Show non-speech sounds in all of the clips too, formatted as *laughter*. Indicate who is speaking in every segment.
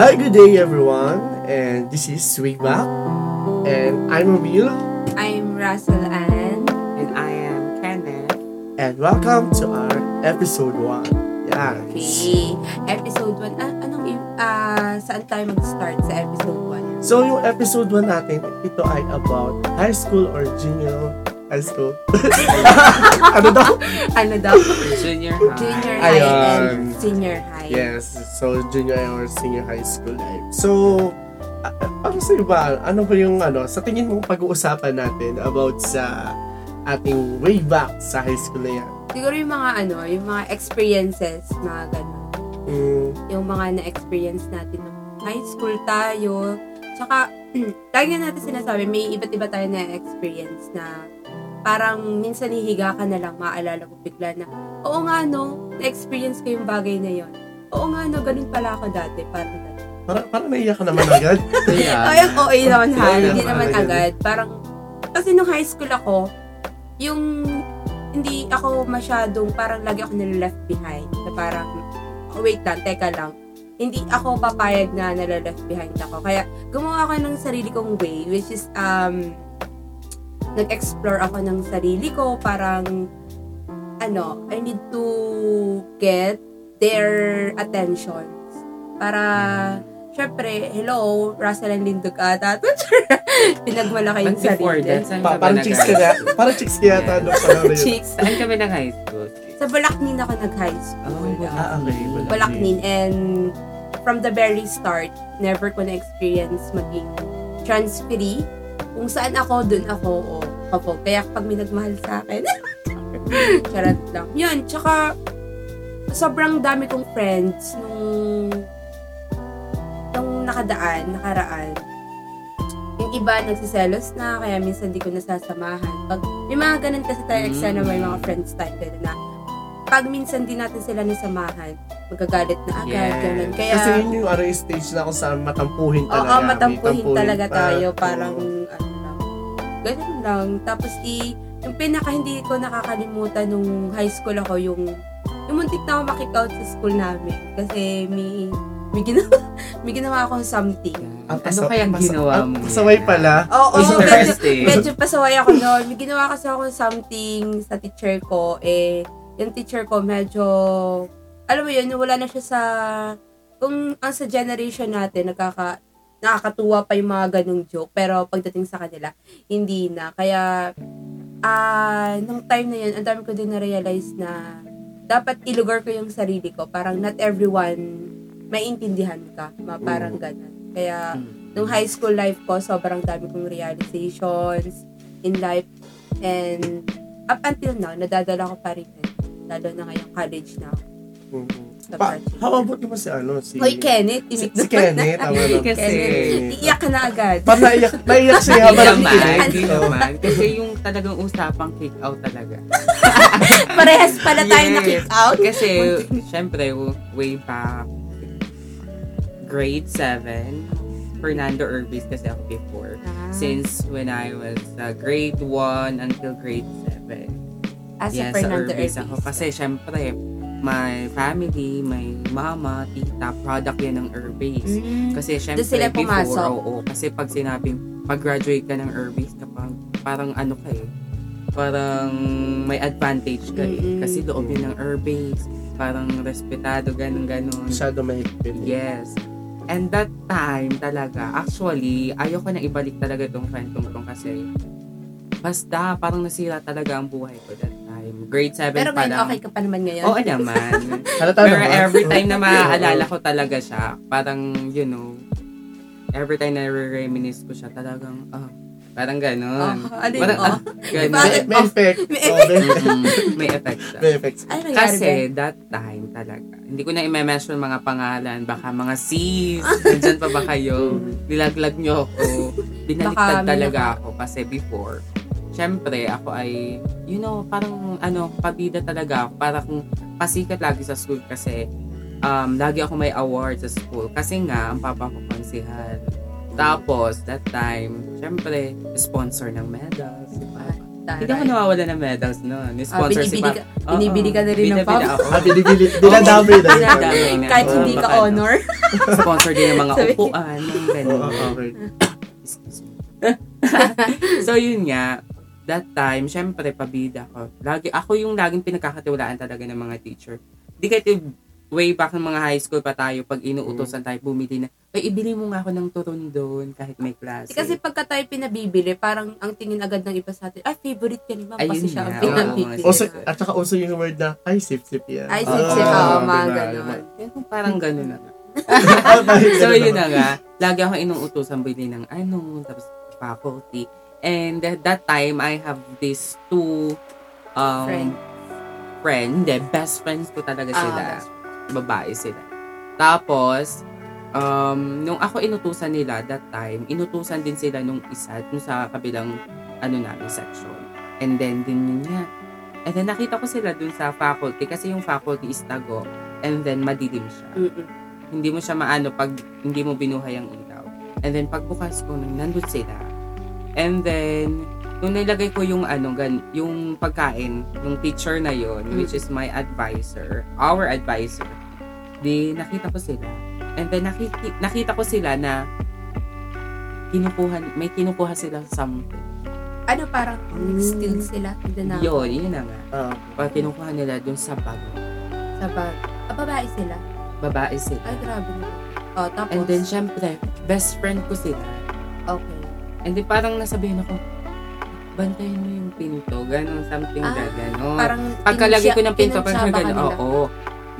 Speaker 1: Hi, good day everyone, and this is Swigback, and I'm Emil,
Speaker 2: I'm Russell Ann.
Speaker 3: And I am Kenneth.
Speaker 1: and welcome to our episode 1. Yeah.
Speaker 2: Okay. Episode 1. Ah, anong, i- ah, saan tayo mag-start sa episode 1?
Speaker 1: So, yung episode 1 natin, ito ay about high school or junior high school. *laughs* ano daw?
Speaker 2: *laughs* Ano daw?
Speaker 3: Junior high.
Speaker 2: Junior high
Speaker 1: Ayun.
Speaker 2: and senior high.
Speaker 1: Yes, so junior high or senior high school life. So, a- a- para sa iba, ano ba yung ano, sa tingin mong pag-uusapan natin about sa ating way back sa high school na yan?
Speaker 2: Siguro yung mga ano, yung mga experiences na ganun.
Speaker 1: Mm,
Speaker 2: Yung mga na-experience natin nung high school tayo. Tsaka, *clears throat* lagi nga natin sinasabi, may iba't iba tayo na-experience na parang minsan hihiga ka na lang, maalala ko bigla na, oo nga no, na-experience ko yung bagay na yon. Oo nga no, ganun pala ako dati. Parang ganun.
Speaker 1: parang, parang naiyak ka naman agad.
Speaker 2: *laughs* Ay, ang OA naman ha.
Speaker 1: Oo
Speaker 2: Hindi
Speaker 1: naman,
Speaker 2: naman
Speaker 1: ganun.
Speaker 2: agad. Parang, kasi nung high school ako, yung hindi ako masyadong, parang lagi ako nalileft behind. Na parang, oh, wait lang, teka lang. Hindi ako papayag na nalileft behind ako. Kaya, gumawa ako ng sarili kong way, which is, um, nag-explore ako ng sarili ko. Parang, ano, I need to get their attentions. Para, syempre, hello, Russell and Lindog ata. *laughs* Pinagmalaki
Speaker 3: But
Speaker 2: yung
Speaker 3: before
Speaker 2: sarili.
Speaker 3: that, saan
Speaker 1: Pa-
Speaker 3: ka ba
Speaker 1: parang
Speaker 3: nag
Speaker 1: chicks ka na. Parang chicks ka yata. Ano, parang yun.
Speaker 2: *laughs* Chicks.
Speaker 3: Saan ka ba nag-high school?
Speaker 2: Sa Balaknin ako nag-high school.
Speaker 3: Oh,
Speaker 1: Ah, okay. Balaknin.
Speaker 2: Balaknin. And from the very start, never ko na-experience maging transferee. Kung saan ako, dun ako. O, ako. Kaya pag may nagmahal sa akin, *laughs* charot lang. Yun, tsaka sobrang dami kong friends nung nung nakadaan, nakaraan. Yung iba nagsiselos na, kaya minsan di ko nasasamahan. Pag, may mga ganun kasi tayo
Speaker 3: Mm.
Speaker 2: eksena, may mga friends tayo ganun na pag minsan di natin sila nasamahan, magagalit na agad,
Speaker 3: Yes.
Speaker 2: ganun. Kaya,
Speaker 1: Kasi yun yung ano yung stage na kung saan matampuhin
Speaker 2: oo,
Speaker 1: talaga. May
Speaker 2: matampuhin talaga
Speaker 1: pa.
Speaker 2: tayo,
Speaker 1: Oo.
Speaker 2: parang, ano lang, ganun lang. Tapos, i, yung pinaka hindi ko nakakalimutan nung high school ako, yung, yung muntik na ako makikout sa school namin. Kasi, may, may ginawa, *laughs* may ginawa akong something.
Speaker 1: Ang
Speaker 3: ano
Speaker 1: pasa-
Speaker 3: kayang
Speaker 1: pasa-
Speaker 3: ginawa
Speaker 1: ang
Speaker 3: mo?
Speaker 1: Pasaway pala.
Speaker 2: Oo,
Speaker 1: Uy,
Speaker 2: medyo,
Speaker 3: Interesting.
Speaker 2: Oh, medyo pasaway ako noon. May ginawa kasi ako something sa teacher ko. Eh, yung teacher ko medyo, alam mo yun, wala na siya sa, kung ang sa generation natin, nagkaka, nakakatuwa pa yung mga ganong joke. Pero pagdating sa kanila, hindi na. Kaya, ah, nung time na yun, ang dami ko din na-realize na dapat ilugar ko yung sarili ko. Parang not everyone maintindihan ka. Ma, parang ganun. Kaya, nung high school life ko, sobrang dami kong realizations in life. And up until now, nadadala ko pa rin yun. Lalo na ngayong college na ako.
Speaker 1: Mhm.
Speaker 2: Sa
Speaker 1: Pa,
Speaker 2: project.
Speaker 1: how about naman si ano? Si,
Speaker 2: Hoy, Kenneth,
Speaker 1: si,
Speaker 2: inig
Speaker 1: si Kenneth. Tama lang.
Speaker 3: Kasi-
Speaker 1: Kenneth.
Speaker 2: Iiyak ka na agad.
Speaker 1: Parang naiyak, naiyak siya
Speaker 3: Hindi
Speaker 1: habang
Speaker 3: naman,
Speaker 1: nakikinig.
Speaker 3: hindi
Speaker 1: Oo.
Speaker 3: naman. Kasi yung talagang usapang kick out talaga.
Speaker 2: *laughs* Parehas pala tayo
Speaker 3: Yes.
Speaker 2: na kick out. *laughs*
Speaker 3: Kasi, syempre, way back grade 7, Fernando Urbis kasi ako before. Since when I was uh, grade 1 until grade 7.
Speaker 2: As a
Speaker 3: Yes,
Speaker 2: Ah,
Speaker 3: sa
Speaker 2: Fernando
Speaker 3: Urbis ako. Kasi syempre, my family, my mama, tita, product yan ng Urbis. Kasi
Speaker 2: Mm.
Speaker 3: syempre,
Speaker 2: Doon sila pumasok.
Speaker 3: before, oo, kasi pag sinabing, pag-graduate ka ng Urbis, kapag, parang ano ka eh, parang may advantage ka eh.
Speaker 2: Mm-mm.
Speaker 3: Kasi loob yun ng Urbis, parang respetado, ganun, ganun.
Speaker 1: Masyado mahigpit.
Speaker 3: Yes. And that time talaga, actually, ayoko na ibalik talaga itong friend kong tong kasi basta parang nasira talaga ang buhay ko that time. Grade 7
Speaker 2: Pero
Speaker 3: pa
Speaker 2: ngayon,
Speaker 3: lang.
Speaker 2: okay ka pa naman ngayon.
Speaker 3: Oo
Speaker 2: *laughs*
Speaker 3: naman.
Speaker 1: Halata
Speaker 3: Pero
Speaker 1: naman.
Speaker 3: every time na maaalala ko talaga siya, parang, you know, every time na reminisce ko siya, talagang, ah, parang
Speaker 2: Oh, *laughs*
Speaker 3: ganun.
Speaker 2: ano yun?
Speaker 3: Parang,
Speaker 2: Oh.
Speaker 3: ah,
Speaker 1: *laughs*
Speaker 3: ganun.
Speaker 1: May, may effect.
Speaker 2: May
Speaker 1: Oo,
Speaker 3: Mm-mm. May effect siya.
Speaker 1: May
Speaker 3: *laughs*
Speaker 1: effect.
Speaker 2: Ay, Ano nangyari ba?
Speaker 3: Kasi that time talaga, hindi ko na i-mention mga pangalan, baka mga sis, nandyan pa ba kayo, nilaglag nyo ako,
Speaker 2: Baka
Speaker 3: binaliktad
Speaker 2: may
Speaker 3: talaga ako kasi before, syempre ako ay, you know, parang ano, pabida talaga ako, para kung pasikat lagi sa school kasi um, lagi ako may award sa school kasi nga, ang papa ko konsihal. Tapos, that time, syempre, sponsor ng medals, si Papa.
Speaker 2: Taray.
Speaker 3: Hindi ako nawawala ng medals noon. Ni
Speaker 2: Ah,
Speaker 3: sponsor si
Speaker 2: binibili,
Speaker 3: Papa.
Speaker 2: ka, binibili ka na rin ng
Speaker 3: Binibili
Speaker 2: pop.
Speaker 3: ako.
Speaker 1: Ah, binibili. Dinadami na.
Speaker 3: Dinadami na.
Speaker 2: *laughs* Kahit hindi
Speaker 3: Oo,
Speaker 2: ka
Speaker 3: baka ano.
Speaker 2: honor.
Speaker 3: Sponsor din ng mga
Speaker 2: Sabi-
Speaker 3: upuan. Ng ganun.
Speaker 1: Oo, okay.
Speaker 3: Excuse me. *laughs* so, yun nga. That time, syempre, pabida ko. Lagi, ako yung laging pinagkakatiwalaan talaga ng mga teacher. Di kahit yung way back ng mga high school pa tayo, pag inuutosan
Speaker 1: Mm.
Speaker 3: tayo, bumili na, ay, ibili mo nga ako ng turon doon kahit may klase.
Speaker 2: Kasi pagka tayo pinabibili, parang ang tingin agad ng iba sa atin, ay, favorite ka ni ma'am
Speaker 3: Ayun
Speaker 2: kasi siya ang
Speaker 3: nga, oo,
Speaker 2: pinabibili.
Speaker 3: oo,
Speaker 1: Also, at saka also yung word na, ay, sip-sip yan.
Speaker 2: *laughs* Ay,
Speaker 3: Oo,
Speaker 2: sip-sip,
Speaker 1: Ah, diba?
Speaker 2: oo,
Speaker 1: Diba?
Speaker 2: mga *laughs* ganon.
Speaker 3: parang ganun na. nga.
Speaker 1: Parang
Speaker 3: *laughs* so,
Speaker 1: ganun naman.
Speaker 3: yun na nga. Lagi ako inuutosan bili ng ano, tapos faculty. And at that time, I have these two um,
Speaker 2: Friend.
Speaker 3: friend, hindi, best friends ko talaga
Speaker 2: Ah,
Speaker 3: sila.
Speaker 2: best
Speaker 3: Babae sila. Tapos, um, nung ako inutusan nila that time, inutusan din sila nung isa, nung sa kabilang ano namin section. And then, din yun niya. And then, nakita ko sila dun sa faculty kasi yung faculty is tago. And then, madilim siya
Speaker 2: Mm-mm.
Speaker 3: hindi mo siya maano pag hindi mo binuhay ang ilaw. And then pagbukas ko nun, nandun sila. And then, nung nilagay ko yung ano, gan, yung pagkain, yung teacher na yon
Speaker 2: Mm.
Speaker 3: which is my advisor, our advisor, di nakita ko sila. And then nakiki, nakita ko sila na kinukuha, may kinukuha silang something.
Speaker 2: Ano parang, still sila, na
Speaker 3: Yun, yun na nga.
Speaker 1: Ah,
Speaker 3: Pag kinukuha nila dun sa bag.
Speaker 2: sa bag. Ah, babae sila.
Speaker 3: Babae sila.
Speaker 2: Ay, grabe na. Oh, tapos,
Speaker 3: And then, syempre, best friend ko sila.
Speaker 2: okay.
Speaker 3: And then parang nasabihin ako, bantayan mo yung pinto, gano'n, something
Speaker 2: Ah,
Speaker 3: that, gano'n.
Speaker 2: Parang,
Speaker 3: Pagkalagay Oh, ko ng pinto, parang
Speaker 2: pinagsyaba ka
Speaker 3: gano'n,
Speaker 2: nila.
Speaker 3: oo,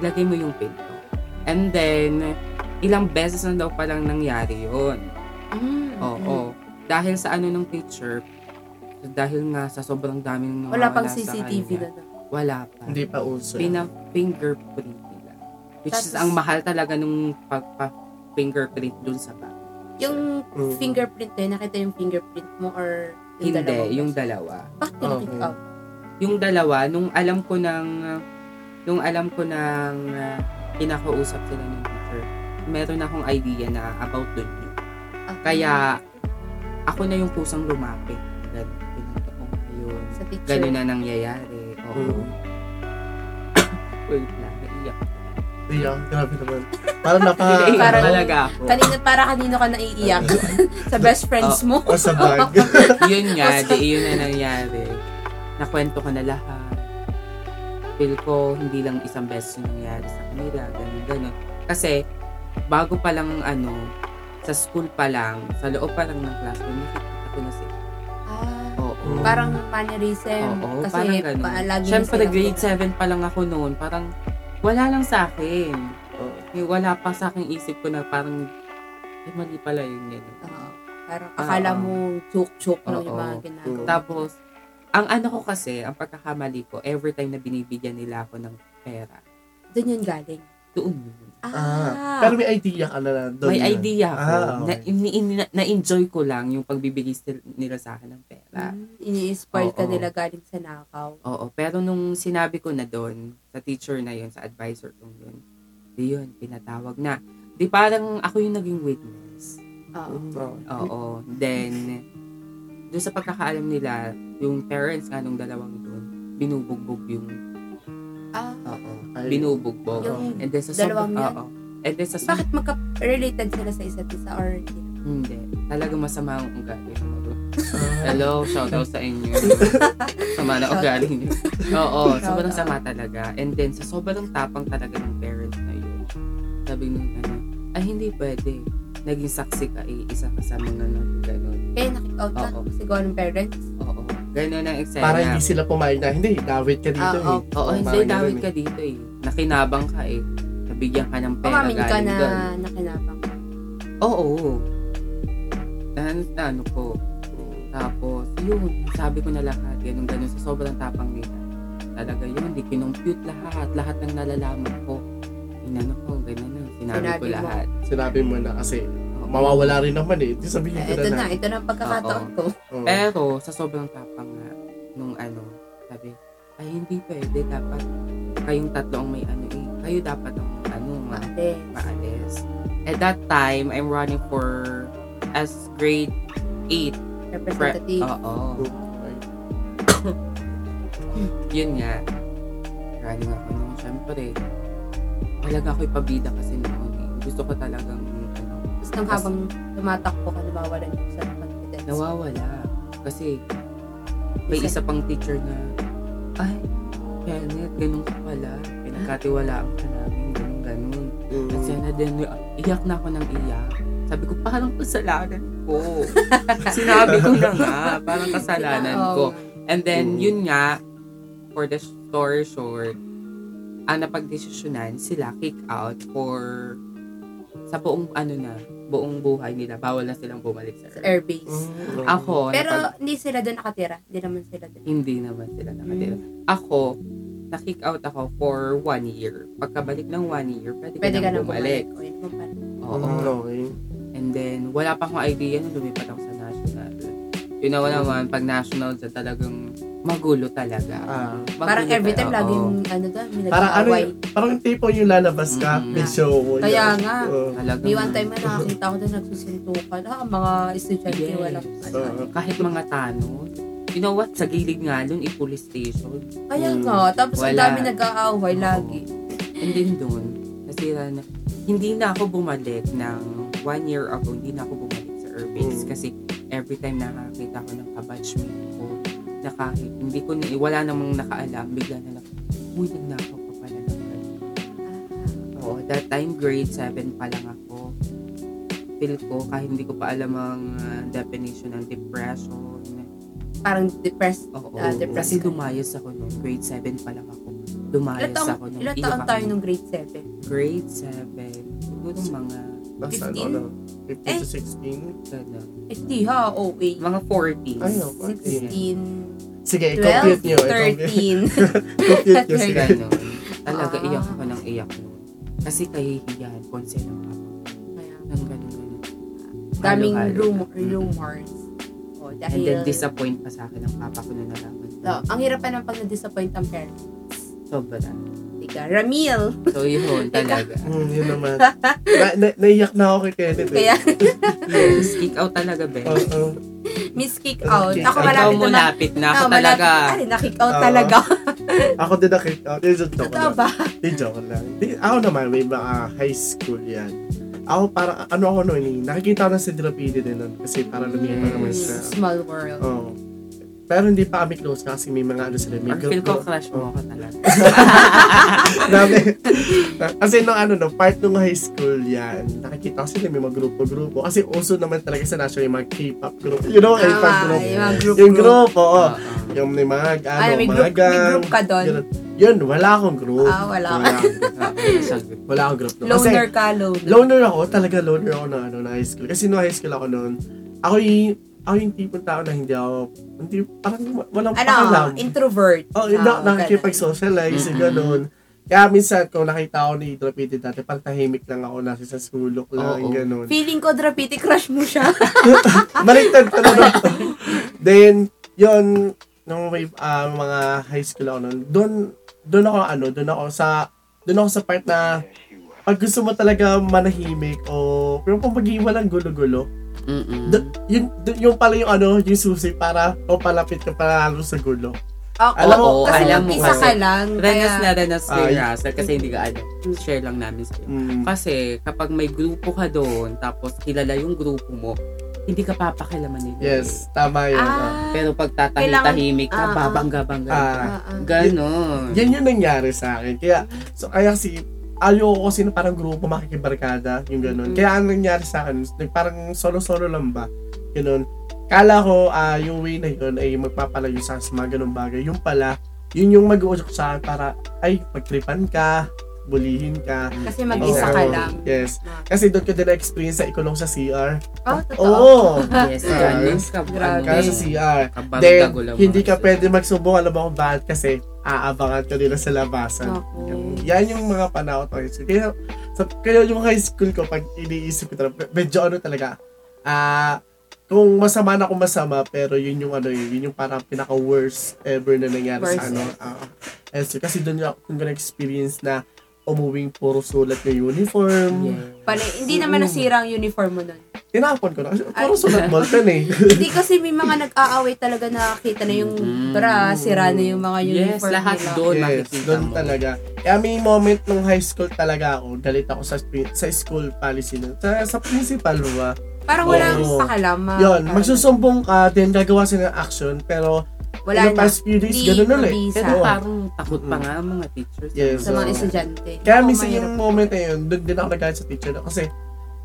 Speaker 3: lagay mo yung pinto. And then, ilang beses na daw palang nangyari yun.
Speaker 2: Mm,
Speaker 3: Oo.
Speaker 2: mm.
Speaker 3: Dahil sa ano ng teacher, dahil nga sa sobrang daming
Speaker 2: Wala pang
Speaker 3: sa
Speaker 2: CCTV na
Speaker 3: kanya,
Speaker 2: doon.
Speaker 3: Wala pa.
Speaker 1: Hindi pa uso.
Speaker 3: Pina-fingerprint nila. Which is
Speaker 2: Tapos-
Speaker 3: ang mahal talaga nung pagpa-fingerprint dun sa bag.
Speaker 2: Yung
Speaker 1: Mm.
Speaker 2: fingerprint na yun, nakita yung fingerprint mo or yung
Speaker 3: Hindi,
Speaker 2: dalawa?
Speaker 3: yung dalawa.
Speaker 2: Bakit nakita?
Speaker 1: Okay.
Speaker 2: Oh,
Speaker 3: yung dalawa nung alam ko ng nung alam ko ng uh, kinakausap sila ng teacher meron akong idea na about the new
Speaker 2: ah,
Speaker 3: kaya ako na yung kusang lumapit ganun pinunta ko nga yun
Speaker 2: Sa picture.
Speaker 3: ganun na nangyayari oo *coughs*
Speaker 1: Mm.
Speaker 3: wait lang naiyak
Speaker 1: Yeah, ah, grabe naman. Ah, Parang napa...
Speaker 3: *laughs* naiyak
Speaker 2: parang-
Speaker 3: talaga ako
Speaker 2: Kanina, para kanino ka
Speaker 3: *laughs*
Speaker 2: naiiyak? sa best friends
Speaker 3: Ah,
Speaker 2: mo?
Speaker 3: oh,
Speaker 1: O Oh, sa bag.
Speaker 3: yun nga di yun na nangyari nakwento ko na lahat feel ko hindi lang isang beses yung nangyari sa kanila, ganun, ganun. Kasi, bago pa lang ano, sa school pa lang, sa loob pa lang ng classroom, nakikita ko na sila.
Speaker 2: *laughs* Ah,
Speaker 3: Oo.
Speaker 2: parang mannerism.
Speaker 3: Oo,
Speaker 2: kasi
Speaker 3: parang ganun.
Speaker 2: paalagi
Speaker 3: Siyempre, grade 7 pa lang ako noon, parang wala lang sa akin.
Speaker 1: Oo.
Speaker 3: Eh, Wala pa sa akin isip ko na parang, eh, mali pala yun. Ganun.
Speaker 2: Oo. parang akala
Speaker 3: Ah, Oo.
Speaker 2: mo joke-joke lang yung
Speaker 3: Oo.
Speaker 2: mga ginagawa.
Speaker 1: Oo.
Speaker 3: Tapos, ang ano ko kasi, ang pagkakamali ko, every time na binibigyan nila ako ng pera,
Speaker 2: Doon yun galing.
Speaker 3: doon yun.
Speaker 1: Ah,
Speaker 2: Ah,
Speaker 1: pero may idea ka na na doon.
Speaker 3: May
Speaker 1: na.
Speaker 3: idea ko.
Speaker 1: Ah,
Speaker 3: na,
Speaker 1: okay.
Speaker 3: ini- ini- na-enjoy ko lang yung pagbibigay sil- nila sa akin ng pera.
Speaker 2: mm, ini-spoil ka
Speaker 3: Oo.
Speaker 2: nila galing sa nakaw.
Speaker 3: Oo. Pero nung sinabi ko na doon, sa teacher na yon sa advisor kong yun, di yun, pinatawag na. Di parang ako yung naging witness.
Speaker 2: Oo.
Speaker 1: Oo.
Speaker 3: Oo. Then, doon sa pagkakaalam nila, yung parents nga nung dalawang yun, binubugbog yung,
Speaker 2: Ah,
Speaker 3: oo,
Speaker 1: Ay.
Speaker 3: binubugbog.
Speaker 2: Yung
Speaker 3: And then sa
Speaker 2: dalawang
Speaker 3: sobrang,
Speaker 2: yun?
Speaker 3: oo. And then sa sobrang,
Speaker 2: bakit magka-related sila sa isa't isa or hindi?
Speaker 3: hindi. Talaga masama ang ugali ko.
Speaker 1: Ah,
Speaker 3: Hello, shout out sa inyo.
Speaker 2: *laughs*
Speaker 3: sama na ugali niyo. Oo,
Speaker 2: Shout
Speaker 3: sobrang
Speaker 2: out.
Speaker 3: sama talaga. And then, sa sobrang tapang talaga ng parents na yun, sabi nung ano, ay hindi pwede. Naging saksi ka eh, isa ka sa mga nang ganun.
Speaker 2: Eh, nakikout ka
Speaker 3: Oo.
Speaker 2: siguro ng parents.
Speaker 3: Oo, ganun ang eksena.
Speaker 1: para hindi sila pumayag na, hindi, dawit ka dito
Speaker 2: Ah,
Speaker 1: eh.
Speaker 3: Oo,
Speaker 1: Parang
Speaker 3: hindi, dawit
Speaker 1: ganun
Speaker 3: ka dito eh. Nakinabang ka eh. Nabigyan ka ng pera
Speaker 2: Umamin ka
Speaker 3: galing
Speaker 2: na
Speaker 3: doon.
Speaker 2: nakinabang.
Speaker 3: Oo. Ano, ano ko. Tapos, yun, sabi ko na lahat, ganun, ganun, sa sobrang tapang nila. Talaga yun, di kinompute lahat, lahat ng nalalaman ko. Inano ko, ganun na, sinabi, ko
Speaker 2: Sinabi mo.
Speaker 3: lahat.
Speaker 1: Sinabi mo na kasi
Speaker 3: Oo.
Speaker 1: mawawala rin naman eh. Di sabihin
Speaker 2: Eh,
Speaker 1: ko
Speaker 2: ito
Speaker 1: na Oh.
Speaker 2: na, ito na ang pagkakataon ko.
Speaker 1: Oo.
Speaker 3: Pero, sa sobrang tapang nga, nung ano, sabi, ay hindi pwede, dapat kayong tatlo ang may ano eh. Kayo dapat ang ano, ma-
Speaker 2: Ate.
Speaker 3: maalis. At that time, I'm running for as grade 8
Speaker 2: Representative.
Speaker 3: Oo.
Speaker 1: Okay.
Speaker 3: Yun nga. Running ako noon. Siyempre, talaga ako ipabida kasi noon. eh. Gusto ko talagang, ano,
Speaker 2: Tapos nang habang tumatakbo ka, nawawalan yung sa Diba? confidence.
Speaker 3: nawawala. Kasi, may
Speaker 2: Isa-
Speaker 3: isa pang teacher na, ay, Janet, ganun ka pala. Pinagkatiwalaan ka namin, ganun, ganun. Kasi
Speaker 1: Mm.
Speaker 3: na din, iyak na ako ng iyak. Sabi ko, parang kasalanan ko. Sinabi ko na nga, parang kasalanan
Speaker 2: Oo.
Speaker 3: ko. And then,
Speaker 1: Mm.
Speaker 3: yun nga, for the story short, ang napagdesisyonan sila kick out for sa buong ano na, buong buhay nila. Bawal na silang bumalik sa
Speaker 2: Sa
Speaker 3: Earth.
Speaker 2: airbase.
Speaker 3: Ako,
Speaker 2: Pero
Speaker 3: Mm. napag-
Speaker 2: hindi sila doon nakatira. Hindi naman sila doon.
Speaker 3: hindi naman sila nakatira.
Speaker 2: Mm.
Speaker 3: Ako, na-kick out ako for one year. Pagkabalik ng one year, pwede,
Speaker 2: Pwede
Speaker 3: ka
Speaker 2: ka
Speaker 3: nang
Speaker 2: na
Speaker 3: bumalik.
Speaker 2: bumalik. O, yun naman pala.
Speaker 3: Oo.
Speaker 1: Mm, okay.
Speaker 3: And then, wala pa akong idea na lumipat ako sa national. You know naman, pag national, dyan talagang magulo talaga.
Speaker 1: Ah.
Speaker 3: Magulo
Speaker 2: Parang every time
Speaker 3: talaga,
Speaker 2: laging
Speaker 3: oo.
Speaker 2: ano doon, may
Speaker 1: Parang ano
Speaker 2: nag-aaway.
Speaker 1: yung- Parang yung tipo yung lalabas ka,
Speaker 3: Mm.
Speaker 1: may show. yun.
Speaker 2: Kaya
Speaker 1: Oh.
Speaker 2: nga.
Speaker 1: Oo.
Speaker 3: Talagang,
Speaker 2: Di one time na nakakita ko doon nagsusuntukan. Ah, ang mga estudyante
Speaker 3: Yes.
Speaker 2: walang ano.
Speaker 1: Oo.
Speaker 3: kahit mga tanod. You know what? Sa gilid nga nun, i-police station.
Speaker 2: Kaya
Speaker 1: Mm.
Speaker 2: nga, tapos ang
Speaker 3: Wala.
Speaker 2: dami nag-aaway lagi.
Speaker 3: And then dun, nasira na. Hindi na ako bumalik ng one year ago, hindi na ako bumalik sa Urbex.
Speaker 1: Mm.
Speaker 3: Kasi every time nakakita ko ng kabatchmate ko, na kahit hindi ko na, wala namang nakaalam, bigla na lang, uy, nagnakaw ka pala ng ganito."
Speaker 2: Ah,
Speaker 3: Oo, that time grade 7 pa lang ako. Feel ko, kahit hindi ko pa alam ang uh, definition ng depression.
Speaker 2: Parang depressed.
Speaker 3: Oo,
Speaker 2: Ah, depressed
Speaker 3: kasi
Speaker 2: ka.
Speaker 3: lumayas ako noon. Grade 7 pa lang ako. Lumayas
Speaker 2: Ilan taon,
Speaker 3: ako noon.
Speaker 2: ilan taon tayo nung grade 7?
Speaker 3: Grade 7. Siguro mga,
Speaker 1: Basta ano
Speaker 2: 15?
Speaker 1: lang, 15 to
Speaker 2: Eh.
Speaker 1: 16.
Speaker 3: ano,
Speaker 2: Hindi Eh, ha, oh, OA.
Speaker 3: mga 40s.
Speaker 1: Ay, no, 14.
Speaker 2: 16,
Speaker 1: Sige,
Speaker 2: 12,
Speaker 1: compute nyo. eh, *laughs* compute-
Speaker 2: 13.
Speaker 1: Compute
Speaker 2: *laughs*
Speaker 1: nyo sige.
Speaker 3: Ganun. Talaga,
Speaker 2: Ah.
Speaker 3: iyak ako ng iyak noon. Kasi kahihiyahan ko ang sinang ako.
Speaker 2: Kaya,
Speaker 3: Ng ganun, ganun.
Speaker 2: Daming
Speaker 3: Halo-halo.
Speaker 2: rumor,
Speaker 3: Mm.
Speaker 2: rumors. O,
Speaker 3: And
Speaker 2: dahil...
Speaker 3: then disappoint pa sa akin ng papa ko na nalaman. ko.
Speaker 2: So, ang hirap pa ng pag na-disappoint ang parents.
Speaker 3: Sobra.
Speaker 2: Tika,
Speaker 1: *laughs*
Speaker 2: Ramil.
Speaker 3: So
Speaker 2: *laughs*
Speaker 3: yun, talaga.
Speaker 1: Mm, yun naman. na, na, naiyak na ako kay Kenneth. eh.
Speaker 2: Kaya, *laughs*
Speaker 3: Yes, kick out talaga, Ben.
Speaker 1: Oo.
Speaker 2: miss kick
Speaker 1: Oh,
Speaker 2: out.
Speaker 1: Okay. Ikaw
Speaker 2: Ako
Speaker 3: Ikaw
Speaker 2: malapit
Speaker 3: mo
Speaker 2: na ma-
Speaker 3: lapit na ako
Speaker 2: Ah, malapit-
Speaker 3: talaga.
Speaker 2: Ay, na-kick out
Speaker 1: Oo.
Speaker 2: talaga.
Speaker 1: Ako din nakik... Oh, di, joke lang.
Speaker 2: *laughs* Totoo ba?
Speaker 1: Di, joke lang. Di, ako naman, may mga high school yan. Ako para ano ako noon, eh, nakikita ko na si Drapide din nun kasi para lumiyan naman siya.
Speaker 2: Mm,
Speaker 1: Oh,
Speaker 2: Small world.
Speaker 1: Oo. Pero hindi pa kami close kasi may mga ano sila, may
Speaker 3: Ang feel
Speaker 1: girl
Speaker 3: ko crush mo ako talaga.
Speaker 1: Dami. *laughs* kasi nung ano, no, part nung high school yan, nakikita ko sila may mga grupo-grupo. Kasi uso naman talaga sa national yung mga K-pop group. Ah. You know, K-pop
Speaker 2: Tama,
Speaker 1: group.
Speaker 2: Ah, yung mga group.
Speaker 1: Yung group, oo.
Speaker 3: Oo.
Speaker 1: Yung may mga, ano,
Speaker 2: Ay, Ah, may
Speaker 1: mga
Speaker 2: group, may
Speaker 1: gang.
Speaker 2: group ka doon.
Speaker 1: Yun, yun, wala akong group.
Speaker 2: Ah, wala ka.
Speaker 1: akong group.
Speaker 3: Oo, sagot.
Speaker 1: Wala akong group. doon. Kasi,
Speaker 2: Loner ka, loner.
Speaker 1: Oh, loner ako. Talaga loner ako na, ano, na high school. Kasi nung high school ako noon, ako yung, ako yung tipong tao na hindi ako, hindi, parang walang
Speaker 2: Ano,
Speaker 1: pakalam.
Speaker 2: introvert. Ah,
Speaker 1: Oh, yun na,
Speaker 2: Oo,
Speaker 1: nakikipag-socialize,
Speaker 3: Ah, ganun.
Speaker 1: yung ganun. Kaya minsan, kung nakita ko ni Trapiti dati, parang tahimik lang ako, nasa sa sulok lang,
Speaker 3: Oo. Ah!
Speaker 1: yung ganun.
Speaker 2: Feeling ko, Drapiti, crush mo siya.
Speaker 1: *laughs* Baliktad ka
Speaker 3: *laughs*
Speaker 1: na Then, yun, nung may, ah, mga high school ako nun, doon, doon ako, ano, doon ako sa, doon ako sa part na, pag gusto mo talaga manahimik o pero kung pag walang gulo-gulo,
Speaker 3: Mm-mm.
Speaker 1: do- yun, do- yung pala yung ano, yung susi para o palapit ka palalo sa gulo.
Speaker 2: Ako,
Speaker 1: Alam mo,
Speaker 2: kasi
Speaker 1: alam mo
Speaker 2: mag-isa
Speaker 1: kasi.
Speaker 2: ka lang.
Speaker 3: Renas na
Speaker 2: Kaya,
Speaker 3: renas ni
Speaker 1: Ay.
Speaker 3: Russell kasi hindi ka ano. Share lang namin sa'yo.
Speaker 1: Mm.
Speaker 3: Kasi kapag may grupo ka doon, tapos kilala yung grupo mo, hindi ka papakilaman nila.
Speaker 1: Yes, tama yun. ah.
Speaker 2: ah,
Speaker 3: Pero pag
Speaker 2: Kailangan-
Speaker 3: tatahimik ka,
Speaker 2: ah, ah.
Speaker 3: babangga-bangga ka.
Speaker 1: Ah.
Speaker 2: ah, ah.
Speaker 3: Ganon.
Speaker 1: Yan yung nangyari sa akin. Kaya, so, kaya kasi, ayoko kasi na parang grupo makikibarkada, yung ganun.
Speaker 2: Mm-hmm.
Speaker 3: Mhm.
Speaker 1: Kaya ang nangyari sa akin, like, parang solo-solo lang ba, ganun. Kala ko, ah, yung way na yun ay magpapalayo sa akin sa mga ganun bagay. Yung pala, yun yung mag-uusok sa akin para, ay, pagtripan ka, bulihin ka.
Speaker 2: kasi mag-isa
Speaker 1: Oo,
Speaker 2: ka lang.
Speaker 1: Yes. Kasi doon ko din na-experience na ikulong sa CR.
Speaker 2: Oh, totoo. *laughs*
Speaker 1: Oo!
Speaker 3: Yes,
Speaker 1: Ah.
Speaker 3: ganon ka.
Speaker 2: Grabe.
Speaker 1: Kaya sa
Speaker 3: ano,
Speaker 1: CR. Then,
Speaker 3: kabagdago lang
Speaker 1: ah, hindi
Speaker 3: mga
Speaker 1: ka
Speaker 3: isa.
Speaker 1: pwede magsubok. Alam mo kung bakit kasi aabangan ka nila sa labasan.
Speaker 2: Naku.
Speaker 1: Yan yung mga panahon ko. Kaya, sa, kaya yung high school ko, pag iniisip ko talaga, medyo ano talaga, ah, kung masama na kung masama, pero yun yung ano yun, yun yung parang pinaka-worst ever na nangyari sa
Speaker 2: Worst
Speaker 1: ano. ah, high school. kasi doon yung doon ko na-experience na umuwing puro sulat na uniform.
Speaker 3: Yes.
Speaker 1: Mm.
Speaker 2: Pala, hindi naman nasira ang uniform mo nun.
Speaker 1: tinapon ko na. Kasi puro sulat molten eh.
Speaker 2: Hindi kasi may mga nag-aaway talaga nakakita na yung, tara, sira na yung mga uniform
Speaker 3: Yes, lahat
Speaker 2: nila.
Speaker 3: doon
Speaker 1: yes,
Speaker 3: makikita
Speaker 1: Mm. doon
Speaker 3: mo.
Speaker 1: talaga. Kaya may moment nung high school talaga ako, galit ako sa sa school policy nun. Sa, sa principal ba?
Speaker 2: Parang walang
Speaker 1: Oo.
Speaker 3: Ah,
Speaker 2: pakalaman.
Speaker 1: Yun,
Speaker 2: Parang
Speaker 1: magsusumbong ka, then gagawa sila ng action, pero
Speaker 2: Wala
Speaker 1: in the
Speaker 2: na.
Speaker 1: past few days,
Speaker 2: Hindi
Speaker 1: ganun ulit.
Speaker 2: mabisa.
Speaker 3: Pero
Speaker 1: Oo.
Speaker 3: parang takot pa nga ang mga teachers.
Speaker 1: Yes,
Speaker 2: Sa mga
Speaker 1: So,
Speaker 2: estudyante.
Speaker 1: Kaya
Speaker 3: Oh
Speaker 2: Oo,
Speaker 1: minsan
Speaker 2: mahirap.
Speaker 1: yung moment na yun, doon din ako nagalit sa teacher na kasi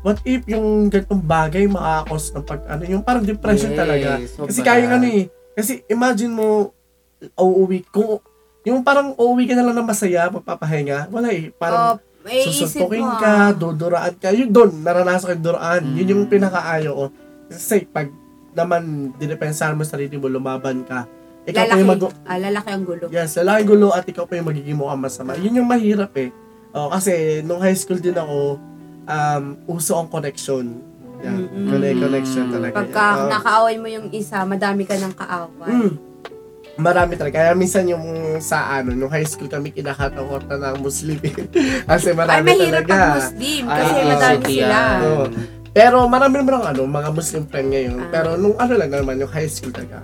Speaker 1: what if yung ganitong bagay makakakos ng pag ano, yung parang depression
Speaker 3: Yes,
Speaker 1: talaga.
Speaker 3: sobra.
Speaker 1: Kasi kaya yung ano eh, kasi imagine mo, uuwi, kung yung parang uuwi ka na lang na masaya, mapapahinga, wala eh,
Speaker 2: Oo,
Speaker 1: parang
Speaker 2: Oh, may isip
Speaker 1: susuntukin
Speaker 2: mo,
Speaker 1: ka,
Speaker 2: ah.
Speaker 1: duduraan ka, yun doon, naranasan ko yung duraan, yun yung pinakaayo ko. Kasi pag naman dinepensahan mo sa sarili mo, lumaban ka, ikaw pa
Speaker 2: lalaki,
Speaker 1: yung mag-
Speaker 2: ah, lalaki ang gulo.
Speaker 1: Yes, lalaking gulo at ikaw pa yung magiging mukhang masama. Yun yung mahirap eh. Oh, kasi nung high school din ako, um, uso ang connection. Yeah,
Speaker 2: Mm-mm.
Speaker 1: Connect, connection talaga.
Speaker 2: Pagka
Speaker 1: yan. Oh.
Speaker 2: nakaaway mo yung isa, madami ka ng kaaway.
Speaker 1: Mm. Marami talaga. Kaya minsan yung sa ano, nung high school kami kinakatakot na ng Muslim. eh. *laughs* kasi
Speaker 2: Ay,
Speaker 1: marami
Speaker 2: mahirap
Speaker 1: talaga.
Speaker 2: pag Muslim
Speaker 3: Ay,
Speaker 2: kasi
Speaker 1: oo.
Speaker 2: madami
Speaker 3: city
Speaker 2: sila.
Speaker 3: yan.
Speaker 1: Oo. Pero marami naman ang ano, mga Muslim friend ngayon.
Speaker 2: Ah.
Speaker 1: Pero nung ano lang naman, yung high school talaga.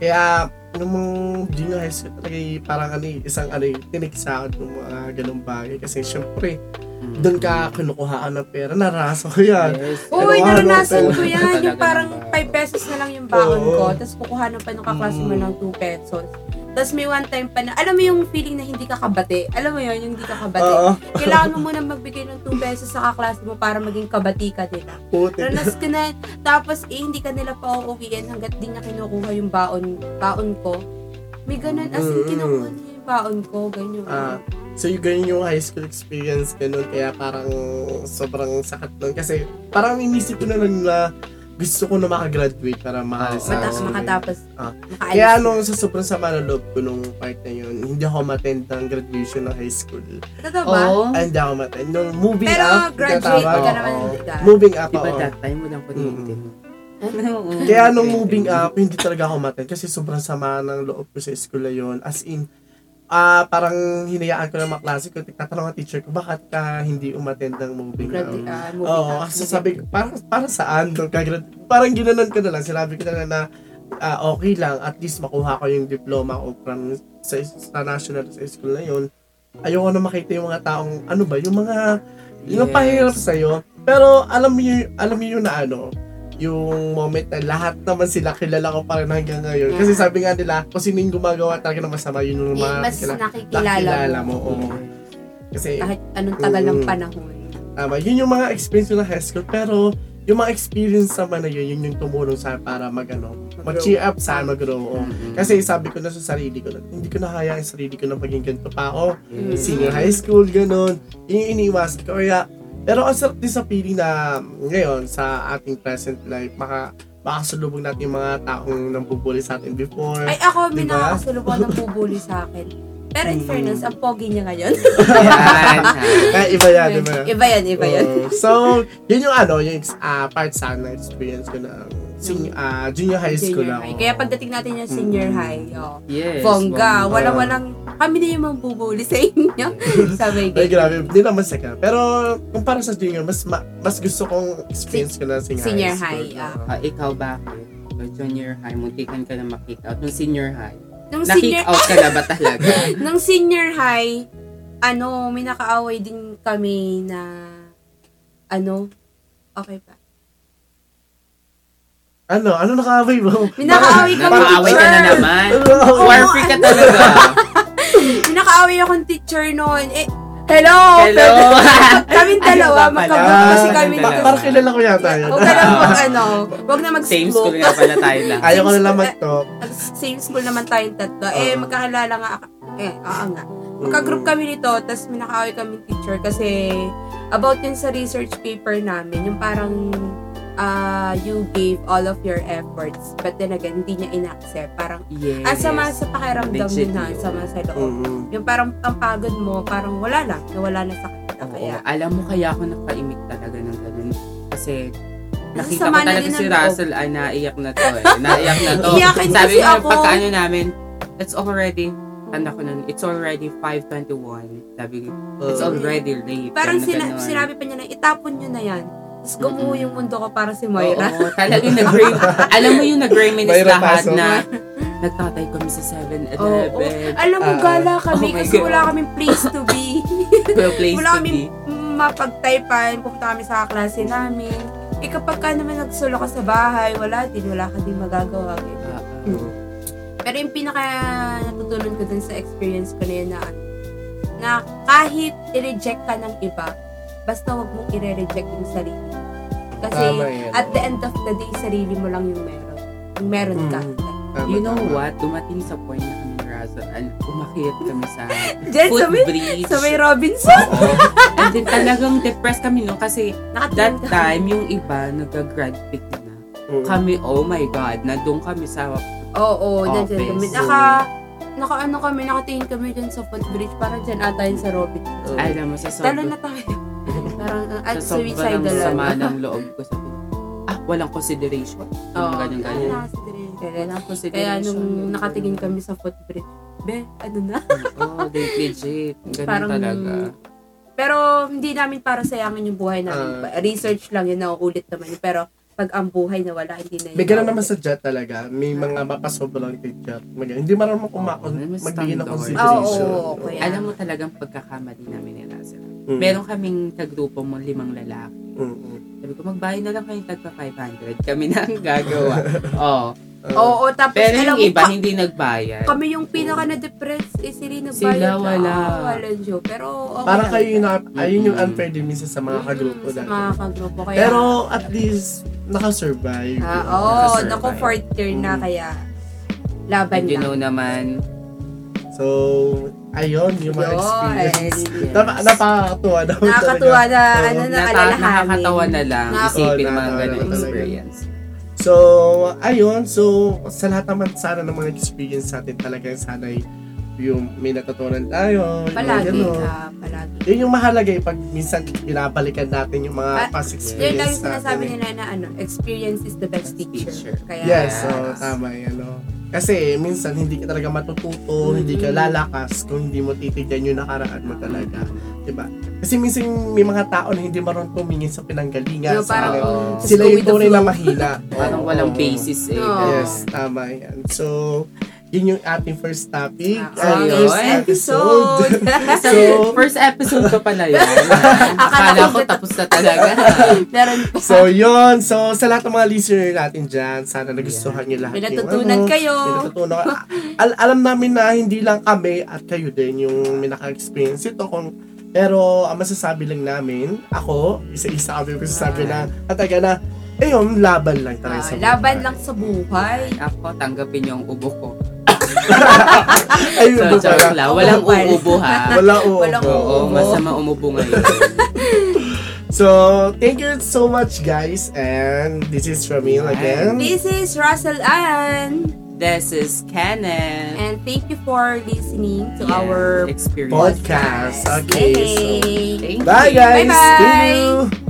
Speaker 1: Kaya, nung mga junior high school talaga, eh, parang ano, eh, isang ano, eh, tiniksa ako ng mga ganung bagay. Kasi syempre,
Speaker 3: Mm.
Speaker 1: doon ka kinukuhaan ng pera, naranasan ko yan.
Speaker 3: Yes.
Speaker 2: Uy,
Speaker 1: Ano,
Speaker 2: naranasan
Speaker 1: ano,
Speaker 2: ko yan.
Speaker 3: talaga
Speaker 2: Yung parang
Speaker 3: ng baon.
Speaker 2: 5 pesos na lang yung baon
Speaker 1: Oo.
Speaker 2: ko. Tapos kukuhanan pa nung kaklase mo
Speaker 1: Mm.
Speaker 2: ng 2 pesos. Tapos may one time pa na, alam mo yung feeling na hindi ka kabate. Alam mo yun, yung hindi ka kabate.
Speaker 1: Oo,
Speaker 2: Kailangan mo muna magbigay ng 2 pesos sa kaklase mo para maging kabati ka nila.
Speaker 1: puti.
Speaker 2: Nanas ka na. Tapos eh, hindi ka nila pa uuwiin hanggat di niya kinukuha yung baon, baon ko. May ganun, as
Speaker 1: Mm.
Speaker 2: in kinukuha niya yung baon ko, ganyan.
Speaker 1: Ah, so yung ganyan yung high school experience ko nun, kaya parang sobrang sakat nun. Kasi parang inisip ko na lang na gusto ko na makagraduate para makalis
Speaker 3: Oo.
Speaker 1: high
Speaker 2: Matapos
Speaker 1: school.
Speaker 2: makatapos,
Speaker 1: Ah.
Speaker 2: makaalis.
Speaker 1: Kaya nung sa sobrang sama ng loob ko nung part na yun, hindi ako ma-attend ng graduation ng high school.
Speaker 2: Totoo ba?
Speaker 3: Oo.
Speaker 1: Ay, hindi ako ma-attend. Nung moving
Speaker 2: Pero
Speaker 1: up,
Speaker 2: graduate
Speaker 1: tinatawag.
Speaker 2: ka naman
Speaker 3: Oo.
Speaker 2: ng legal.
Speaker 1: Moving up
Speaker 3: Diba
Speaker 1: ako.
Speaker 3: that time walang kuryente?
Speaker 2: Mm-hmm.
Speaker 3: Oo.
Speaker 1: Kaya nung moving up, hindi talaga ako umattend kasi sobrang sama ng loob ko sa school na yun. As in, ah parang hinayaan ko ng mga klase ko. Tatanong ang teacher ko, bakit ka hindi umattend ng moving up?
Speaker 2: Graduate, ah, moving
Speaker 1: Oo,
Speaker 2: up.
Speaker 1: kasi sabi ko, parang, parang saan? Nung kagrad- parang ginanon ko na lang. Sinabi ko na lang na, ah, okay lang, at least makuha ko yung diploma ko from sa, sa national sa school na yun. Ayoko na makita yung mga taong, ano ba, yung mga, yung
Speaker 3: Yes.
Speaker 1: pahirap sa'yo. Pero alam mo yun, alam mo yun na ano, yung moment na lahat naman sila kilala ko pa rin hanggang ngayon. Kasi
Speaker 2: Yeah.
Speaker 1: sabi nga nila, kung sino yung gumagawa talaga ng masama, yun yung
Speaker 2: Eh,
Speaker 1: mga
Speaker 2: mas
Speaker 1: kila-
Speaker 2: nakikilala
Speaker 1: nakilala
Speaker 2: mo.
Speaker 1: mo. oo. Kasi
Speaker 2: Kahit anong tagal ng
Speaker 1: Mm.
Speaker 2: panahon.
Speaker 1: Tama, yun yung mga experience ko na high school, pero yung mga experience naman na yun, yun yung tumulong sa akin para mag, ano, mag-cheer up sa akin, mag-grow. Oo.
Speaker 3: Mm-mm.
Speaker 1: Kasi sabi ko na sa sarili ko, na, hindi ko nahayaan sa sarili ko na maging ganito pa ako.
Speaker 3: Yes.
Speaker 1: Senior high school, ganun. Yun yung iniwas ko. Kaya, pero ang sarap din sa feeling na ngayon sa ating present life, maka, makasulubog natin yung mga taong nambubuli sa atin before.
Speaker 2: Ay, ako, may
Speaker 1: Diba?
Speaker 2: nakakasulubong
Speaker 1: *laughs*
Speaker 2: ng bubuli sa akin. Pero in
Speaker 1: Mm.
Speaker 2: fairness, ang pogi niya ngayon.
Speaker 3: Ayan, ha.
Speaker 1: Kaya iba yan, di
Speaker 2: *laughs*
Speaker 1: ba?
Speaker 2: Iba yan, iba Diba yan.
Speaker 1: Oo. Oh, so, yun yung ano, yung ex- ah, part sa akin na experience ko na sin- ah, junior high school
Speaker 2: Mm. Junior
Speaker 1: ako.
Speaker 2: high. Kaya pagdating natin yung senior
Speaker 1: Mm.
Speaker 2: high, oh,
Speaker 3: Yes.
Speaker 2: bongga,
Speaker 1: bongga.
Speaker 2: walang-walang, kami na yung mambubuli sa
Speaker 1: *laughs*
Speaker 2: inyo. Sabi
Speaker 1: Ay,
Speaker 2: ko,
Speaker 1: grabe. Hindi naman saka. Pero, kumpara sa junior, mas ma- mas gusto kong experience ko na senior,
Speaker 2: Senior
Speaker 1: high
Speaker 2: high, ah.
Speaker 1: school.
Speaker 3: Ah, ikaw bakit? So, junior high, muntikan ka na ma-kick out. Nung senior high,
Speaker 2: nung
Speaker 3: na-kick
Speaker 2: senior,
Speaker 3: out ka na ba talaga?
Speaker 2: *laughs* nung senior high, ano, may nakaaway din kami na, ano, okay pa.
Speaker 1: Ano? Ano nakaaway mo?
Speaker 2: May nakaaway kami
Speaker 3: Nakaaway ka na
Speaker 2: teacher.
Speaker 1: *laughs*
Speaker 3: naman.
Speaker 1: Ano?
Speaker 3: War free ka talaga.
Speaker 2: May nakaaway akong teacher noon. Eh, hello!
Speaker 3: Hello! *laughs*
Speaker 2: Kaming dalawa,
Speaker 3: Ano ba pala?
Speaker 2: magkabot kasi kami.
Speaker 1: Ba-
Speaker 3: dalawa.
Speaker 1: parang kilala ko yata yun.
Speaker 2: Huwag ka
Speaker 3: *laughs*
Speaker 2: lang mag, ano, huwag na
Speaker 3: Same school
Speaker 2: mag-smoke.
Speaker 3: nga pala tayo lang.
Speaker 1: *laughs* Ayaw ko
Speaker 2: Same
Speaker 1: na lang
Speaker 2: school-
Speaker 1: mag-talk.
Speaker 2: Same school naman tayong tatlo. Eh,
Speaker 1: Oo.
Speaker 2: magkakilala nga ako. Eh, oo nga.
Speaker 1: Mm-hmm.
Speaker 2: Magka-group kami nito, tapos may nakaaway kami teacher kasi about yun sa research paper namin, yung parang ah, you gave all of your efforts, but then again, hindi niya in-accept. Parang,
Speaker 3: Yes.
Speaker 2: ang sama Ah, sa pakiramdam
Speaker 3: Legit
Speaker 2: yun na, ang
Speaker 3: yun.
Speaker 2: sama sa loob.
Speaker 1: Mm-mm.
Speaker 2: Yung parang ang pagod mo, parang wala lang, nawala na sa kanila.
Speaker 3: Oo,
Speaker 2: Kaya,
Speaker 3: alam mo kaya ako nakaimik talaga ng ganun. Kasi nakita ko
Speaker 2: Nasasama na
Speaker 3: talaga
Speaker 2: din
Speaker 3: si
Speaker 2: ang
Speaker 3: Russell, ah, naiyak na to
Speaker 2: *laughs*
Speaker 3: eh. Naiyak na to.
Speaker 2: Iyakin
Speaker 3: Sabi
Speaker 2: kasi
Speaker 3: ko,
Speaker 2: ako.
Speaker 3: pagka ano namin, it's already, tanda ko nun, it's already 5.21. Sabi ko, it's
Speaker 1: Oo.
Speaker 3: already late.
Speaker 2: Oh. parang
Speaker 3: Ganun,
Speaker 2: sina-
Speaker 3: ganun.
Speaker 2: sinabi pa niya na, itapon nyo na yan. Tapos gumuho yung mundo ko para si Moira.
Speaker 3: Oo, talagang nag-rem...
Speaker 2: *laughs*
Speaker 3: alam mo yung nag-reminis
Speaker 1: Mayra
Speaker 3: lahat
Speaker 1: Paso.
Speaker 3: na nagtatay kami sa 7-Eleven.
Speaker 2: Oo. *laughs* *laughs* Alam mo,
Speaker 1: Ah,
Speaker 2: gala kami
Speaker 3: oh my
Speaker 2: kasi
Speaker 3: God.
Speaker 2: wala kaming place to
Speaker 3: *laughs*
Speaker 2: be.
Speaker 3: Well place
Speaker 2: wala
Speaker 3: to be.
Speaker 2: kaming mapagtaypan. Pupunta kami sa klase namin. Eh kapag ka naman nagsolo ka sa bahay, wala din, wala ka din magagawa. ganyan.
Speaker 3: Ah,
Speaker 2: Pero yung pinaka natutunan ko dun sa experience ko na yun na, na kahit i-reject ka ng iba, basta wag mong i-reject yung sarili. Kasi
Speaker 1: Tama yan.
Speaker 2: at the end of the day, sarili mo lang yung meron. Yung meron ka.
Speaker 3: Mm.
Speaker 1: Tama,
Speaker 3: you
Speaker 1: *laughs*
Speaker 3: know
Speaker 1: tama.
Speaker 3: what? Dumating sa point na kami ni Razzle and umakyat kami sa
Speaker 2: Diyan, sa may,
Speaker 3: footbridge.
Speaker 2: sa may Robinson.
Speaker 1: Mm-hmm.
Speaker 3: And then talagang depressed kami no kasi that
Speaker 2: Nakatingin ka.
Speaker 3: time yung iba nag-grad pick na.
Speaker 1: Mm.
Speaker 3: Kami, oh my God, na doon kami sa
Speaker 2: Oo, oh,
Speaker 3: Office.
Speaker 2: nandiyan kami. Naka, naka ano kami, nakatingin kami dyan sa footbridge. Parang dyan ata yun sa Robinson.
Speaker 1: Mm.
Speaker 3: alam mo, sa
Speaker 2: Talo
Speaker 3: sobrang,
Speaker 2: na tayo. *laughs* Parang, uh,
Speaker 3: sa
Speaker 2: at
Speaker 3: sobrang
Speaker 2: suicidal.
Speaker 3: sama
Speaker 2: lang.
Speaker 3: ng loob ko sa ah, walang
Speaker 2: *laughs*
Speaker 3: consideration.
Speaker 2: Oo,
Speaker 3: Oh, ganyan,
Speaker 2: ano,
Speaker 3: ganyan.
Speaker 2: nakasidirin.
Speaker 3: Walang consideration.
Speaker 2: Kaya
Speaker 3: ganyan.
Speaker 2: nung nakatingin kami sa footbridge, be, ano na?
Speaker 3: Oo, de- Oh, legit. Ganun
Speaker 2: Parang-
Speaker 3: talaga.
Speaker 2: Pero hindi namin para sayangin yung buhay namin.
Speaker 1: Ah.
Speaker 2: Research lang yun, nauulit naman yun. Pero pag ang buhay na wala, hindi na yun.
Speaker 1: May ganun naman sa chat talaga. May mga mapasobrang kay chat. Mag- Hindi marunong kumakon.
Speaker 3: Oo, may mas
Speaker 1: Magbigay ng
Speaker 3: standard.
Speaker 2: Oo,
Speaker 1: consideration.
Speaker 2: oo, oo, kaya.
Speaker 3: Alam mo talagang pagkakamali namin ni Razzle.
Speaker 1: Mm.
Speaker 3: Meron kaming kagrupo mo limang lalaki.
Speaker 1: Mm, mm.
Speaker 3: Sabi ko, magbayad na lang kayong tagpa 500. Kami na ang
Speaker 2: *laughs*
Speaker 3: gagawa. Oo.
Speaker 1: Ah,
Speaker 2: Oo, tapos
Speaker 3: Pero
Speaker 2: alam mo,
Speaker 3: yung iba,
Speaker 2: ka-
Speaker 3: hindi nagbayad.
Speaker 2: kami yung pinaka na-depressed. Eh, sila yung
Speaker 3: Sila,
Speaker 2: nagbayad na.
Speaker 3: wala.
Speaker 2: Ah, wala Diyo. Pero okay.
Speaker 1: Parang
Speaker 2: lang.
Speaker 1: kayo yung, naka- ayun yung
Speaker 3: Mm.
Speaker 1: unfair din minsan sa mga
Speaker 2: Mm,
Speaker 1: kagrupo
Speaker 2: Sa
Speaker 1: dati.
Speaker 2: mga kagrupo. Kaya,
Speaker 1: Pero at least, nakasurvive.
Speaker 2: Ah, oo,
Speaker 3: nakasurvive.
Speaker 2: naku, fourth year na,
Speaker 1: Mm.
Speaker 2: kaya laban
Speaker 3: And you
Speaker 2: na.
Speaker 3: know naman.
Speaker 1: So, ayun, yung mga
Speaker 2: Yun. eh,
Speaker 1: experience.
Speaker 3: Yes.
Speaker 1: Napa, napakatuwa daw
Speaker 2: Nakakatuwa na,
Speaker 1: Oo.
Speaker 2: ano na,
Speaker 3: Nata-
Speaker 2: alalahanin.
Speaker 3: nakakatawa na lang
Speaker 2: Naka-
Speaker 3: isipin
Speaker 1: Oo,
Speaker 3: ang mga
Speaker 1: nakakatawa
Speaker 3: ganun
Speaker 1: talaga.
Speaker 3: experience.
Speaker 1: So, ayun. So, sa lahat naman sana ng mga experience natin talaga sana yung may natutunan tayo. yung
Speaker 2: Palagi
Speaker 1: ganun.
Speaker 2: ka, palagi.
Speaker 1: Yun yung mahalaga eh, pag minsan binabalikan natin yung mga
Speaker 2: Ah,
Speaker 1: past
Speaker 2: Yun lang
Speaker 1: experience
Speaker 2: yung sinasabi
Speaker 1: natin. eh.
Speaker 2: nila na, ano, experience is the best teacher.
Speaker 3: Teacher.
Speaker 2: Kaya,
Speaker 1: Yes, so tama yan. No? Kasi minsan hindi ka talaga matututo, hindi ka lalakas kung hindi mo titignan yung nakaraan mo talaga. Diba? Kasi minsan may mga tao na hindi marunong tumingin sa pinanggalingan.
Speaker 2: Yung
Speaker 1: sa
Speaker 2: parang,
Speaker 1: ano.
Speaker 2: oh,
Speaker 3: Just
Speaker 1: sila
Speaker 2: go
Speaker 1: yung
Speaker 2: with the
Speaker 1: tunay na
Speaker 2: flow. *laughs*
Speaker 1: mahina.
Speaker 3: Parang
Speaker 1: Oo.
Speaker 3: walang basis eh.
Speaker 2: Oo.
Speaker 3: ganun.
Speaker 1: Yes, tama yan. So, yun yung ating first topic.
Speaker 2: Ah,
Speaker 1: and
Speaker 3: ayun.
Speaker 1: first
Speaker 2: *laughs*
Speaker 1: episode.
Speaker 3: So,
Speaker 1: So-
Speaker 3: first episode ko pala
Speaker 1: *laughs*
Speaker 3: yun. Akala ko tapos na talaga.
Speaker 2: Meron pa.
Speaker 1: so, yun. So, sa lahat ng mga listener natin dyan, sana nagustuhan nyo lahat ano.
Speaker 2: May natutunan kayo.
Speaker 1: May natutunan. A- Al- alam namin na hindi lang kami at kayo din yung may naka-experience ito. Kung, pero, ang masasabi lang namin, ako, isa-isa kami masasabi na, at taga na, eh, yun, laban lang
Speaker 2: Ah,
Speaker 1: talaga sa
Speaker 2: laban
Speaker 1: buhay.
Speaker 2: lang sa buhay.
Speaker 3: Ako, tanggapin yung ubo ko.
Speaker 1: Ayun,
Speaker 3: So, joke
Speaker 1: wala.
Speaker 3: lang. Walang
Speaker 2: Ubo pala.
Speaker 3: uubo
Speaker 1: *laughs*
Speaker 3: ha.
Speaker 1: Wala, oo.
Speaker 2: Walang
Speaker 3: Oo,
Speaker 2: Ubo.
Speaker 3: masama umubo ngayon.
Speaker 1: So, thank you so much, guys. And this is Ramil
Speaker 3: Right.
Speaker 1: again.
Speaker 2: This is Russell Ann.
Speaker 3: This is Kenneth.
Speaker 2: And thank you for listening to
Speaker 3: Yes,
Speaker 2: our
Speaker 3: experience.
Speaker 1: podcast. Okay, so-
Speaker 2: Yay.
Speaker 3: Thank
Speaker 1: Bye,
Speaker 3: you.
Speaker 1: guys.
Speaker 2: Bye-bye.
Speaker 1: See you.